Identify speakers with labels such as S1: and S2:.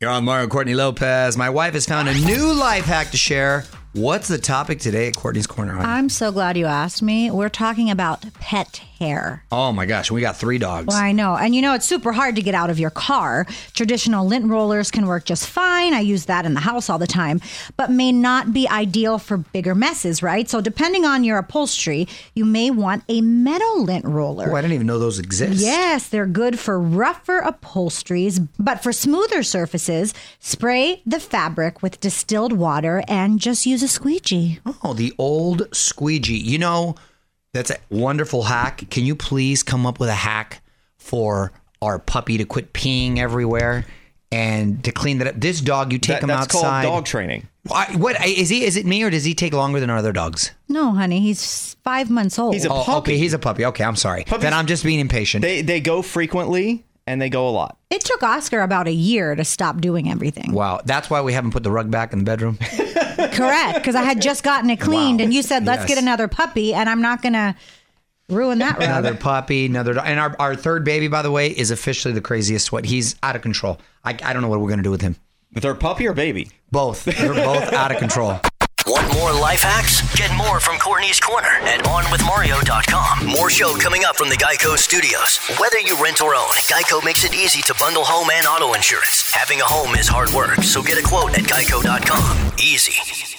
S1: You're on Mario Courtney Lopez. My wife has found a new life hack to share. What's the topic today at Courtney's Corner? Honey?
S2: I'm so glad you asked me. We're talking about pet hair.
S1: oh my gosh, we got three dogs.
S2: I know. And you know, it's super hard to get out of your car. Traditional lint rollers can work just fine. I use that in the house all the time, but may not be ideal for bigger messes, right? So, depending on your upholstery, you may want a metal lint roller.
S1: Oh, I didn't even know those exist.
S2: Yes, they're good for rougher upholsteries, but for smoother surfaces, spray the fabric with distilled water and just use a squeegee.
S1: Oh, the old squeegee. You know, that's a wonderful hack. Can you please come up with a hack for our puppy to quit peeing everywhere and to clean that up? This dog, you take
S3: That-
S1: him
S3: that's
S1: outside.
S3: called dog training.
S1: I, what is he? Is it me or does he take longer than our other dogs?
S2: No, honey, he's five months old.
S3: He's a
S1: Oh,
S3: puppy.
S1: okay, he's a puppy. Okay, I'm sorry.
S3: Puppies-
S1: then I'm just being impatient.
S3: They they go frequently and they go a lot.
S2: it took Oscar about a year to stop doing everything.
S1: wow, that's why we haven't put the rug back in the bedroom.
S2: Correct, because I had just gotten it cleaned,
S1: Wow.
S2: and you said, "Let's
S1: Yes.
S2: get another puppy," and I'm not gonna ruin that
S1: another
S2: rug.
S1: puppy, another dog. And our, our third baby, by the way, is officially the craziest sweat. He's out of control. I, I don't know what we're going to do with him.
S3: They're puppy or baby.
S1: Both. They're both out of control.
S4: Want more life hacks? Get more from Courtney's Corner at OnWithMario.com. More show coming up from the Geico Studios. Whether you rent or own, Geico makes it easy to bundle home and auto insurance. Having a home is hard work, so get a quote at Geico.com. Easy.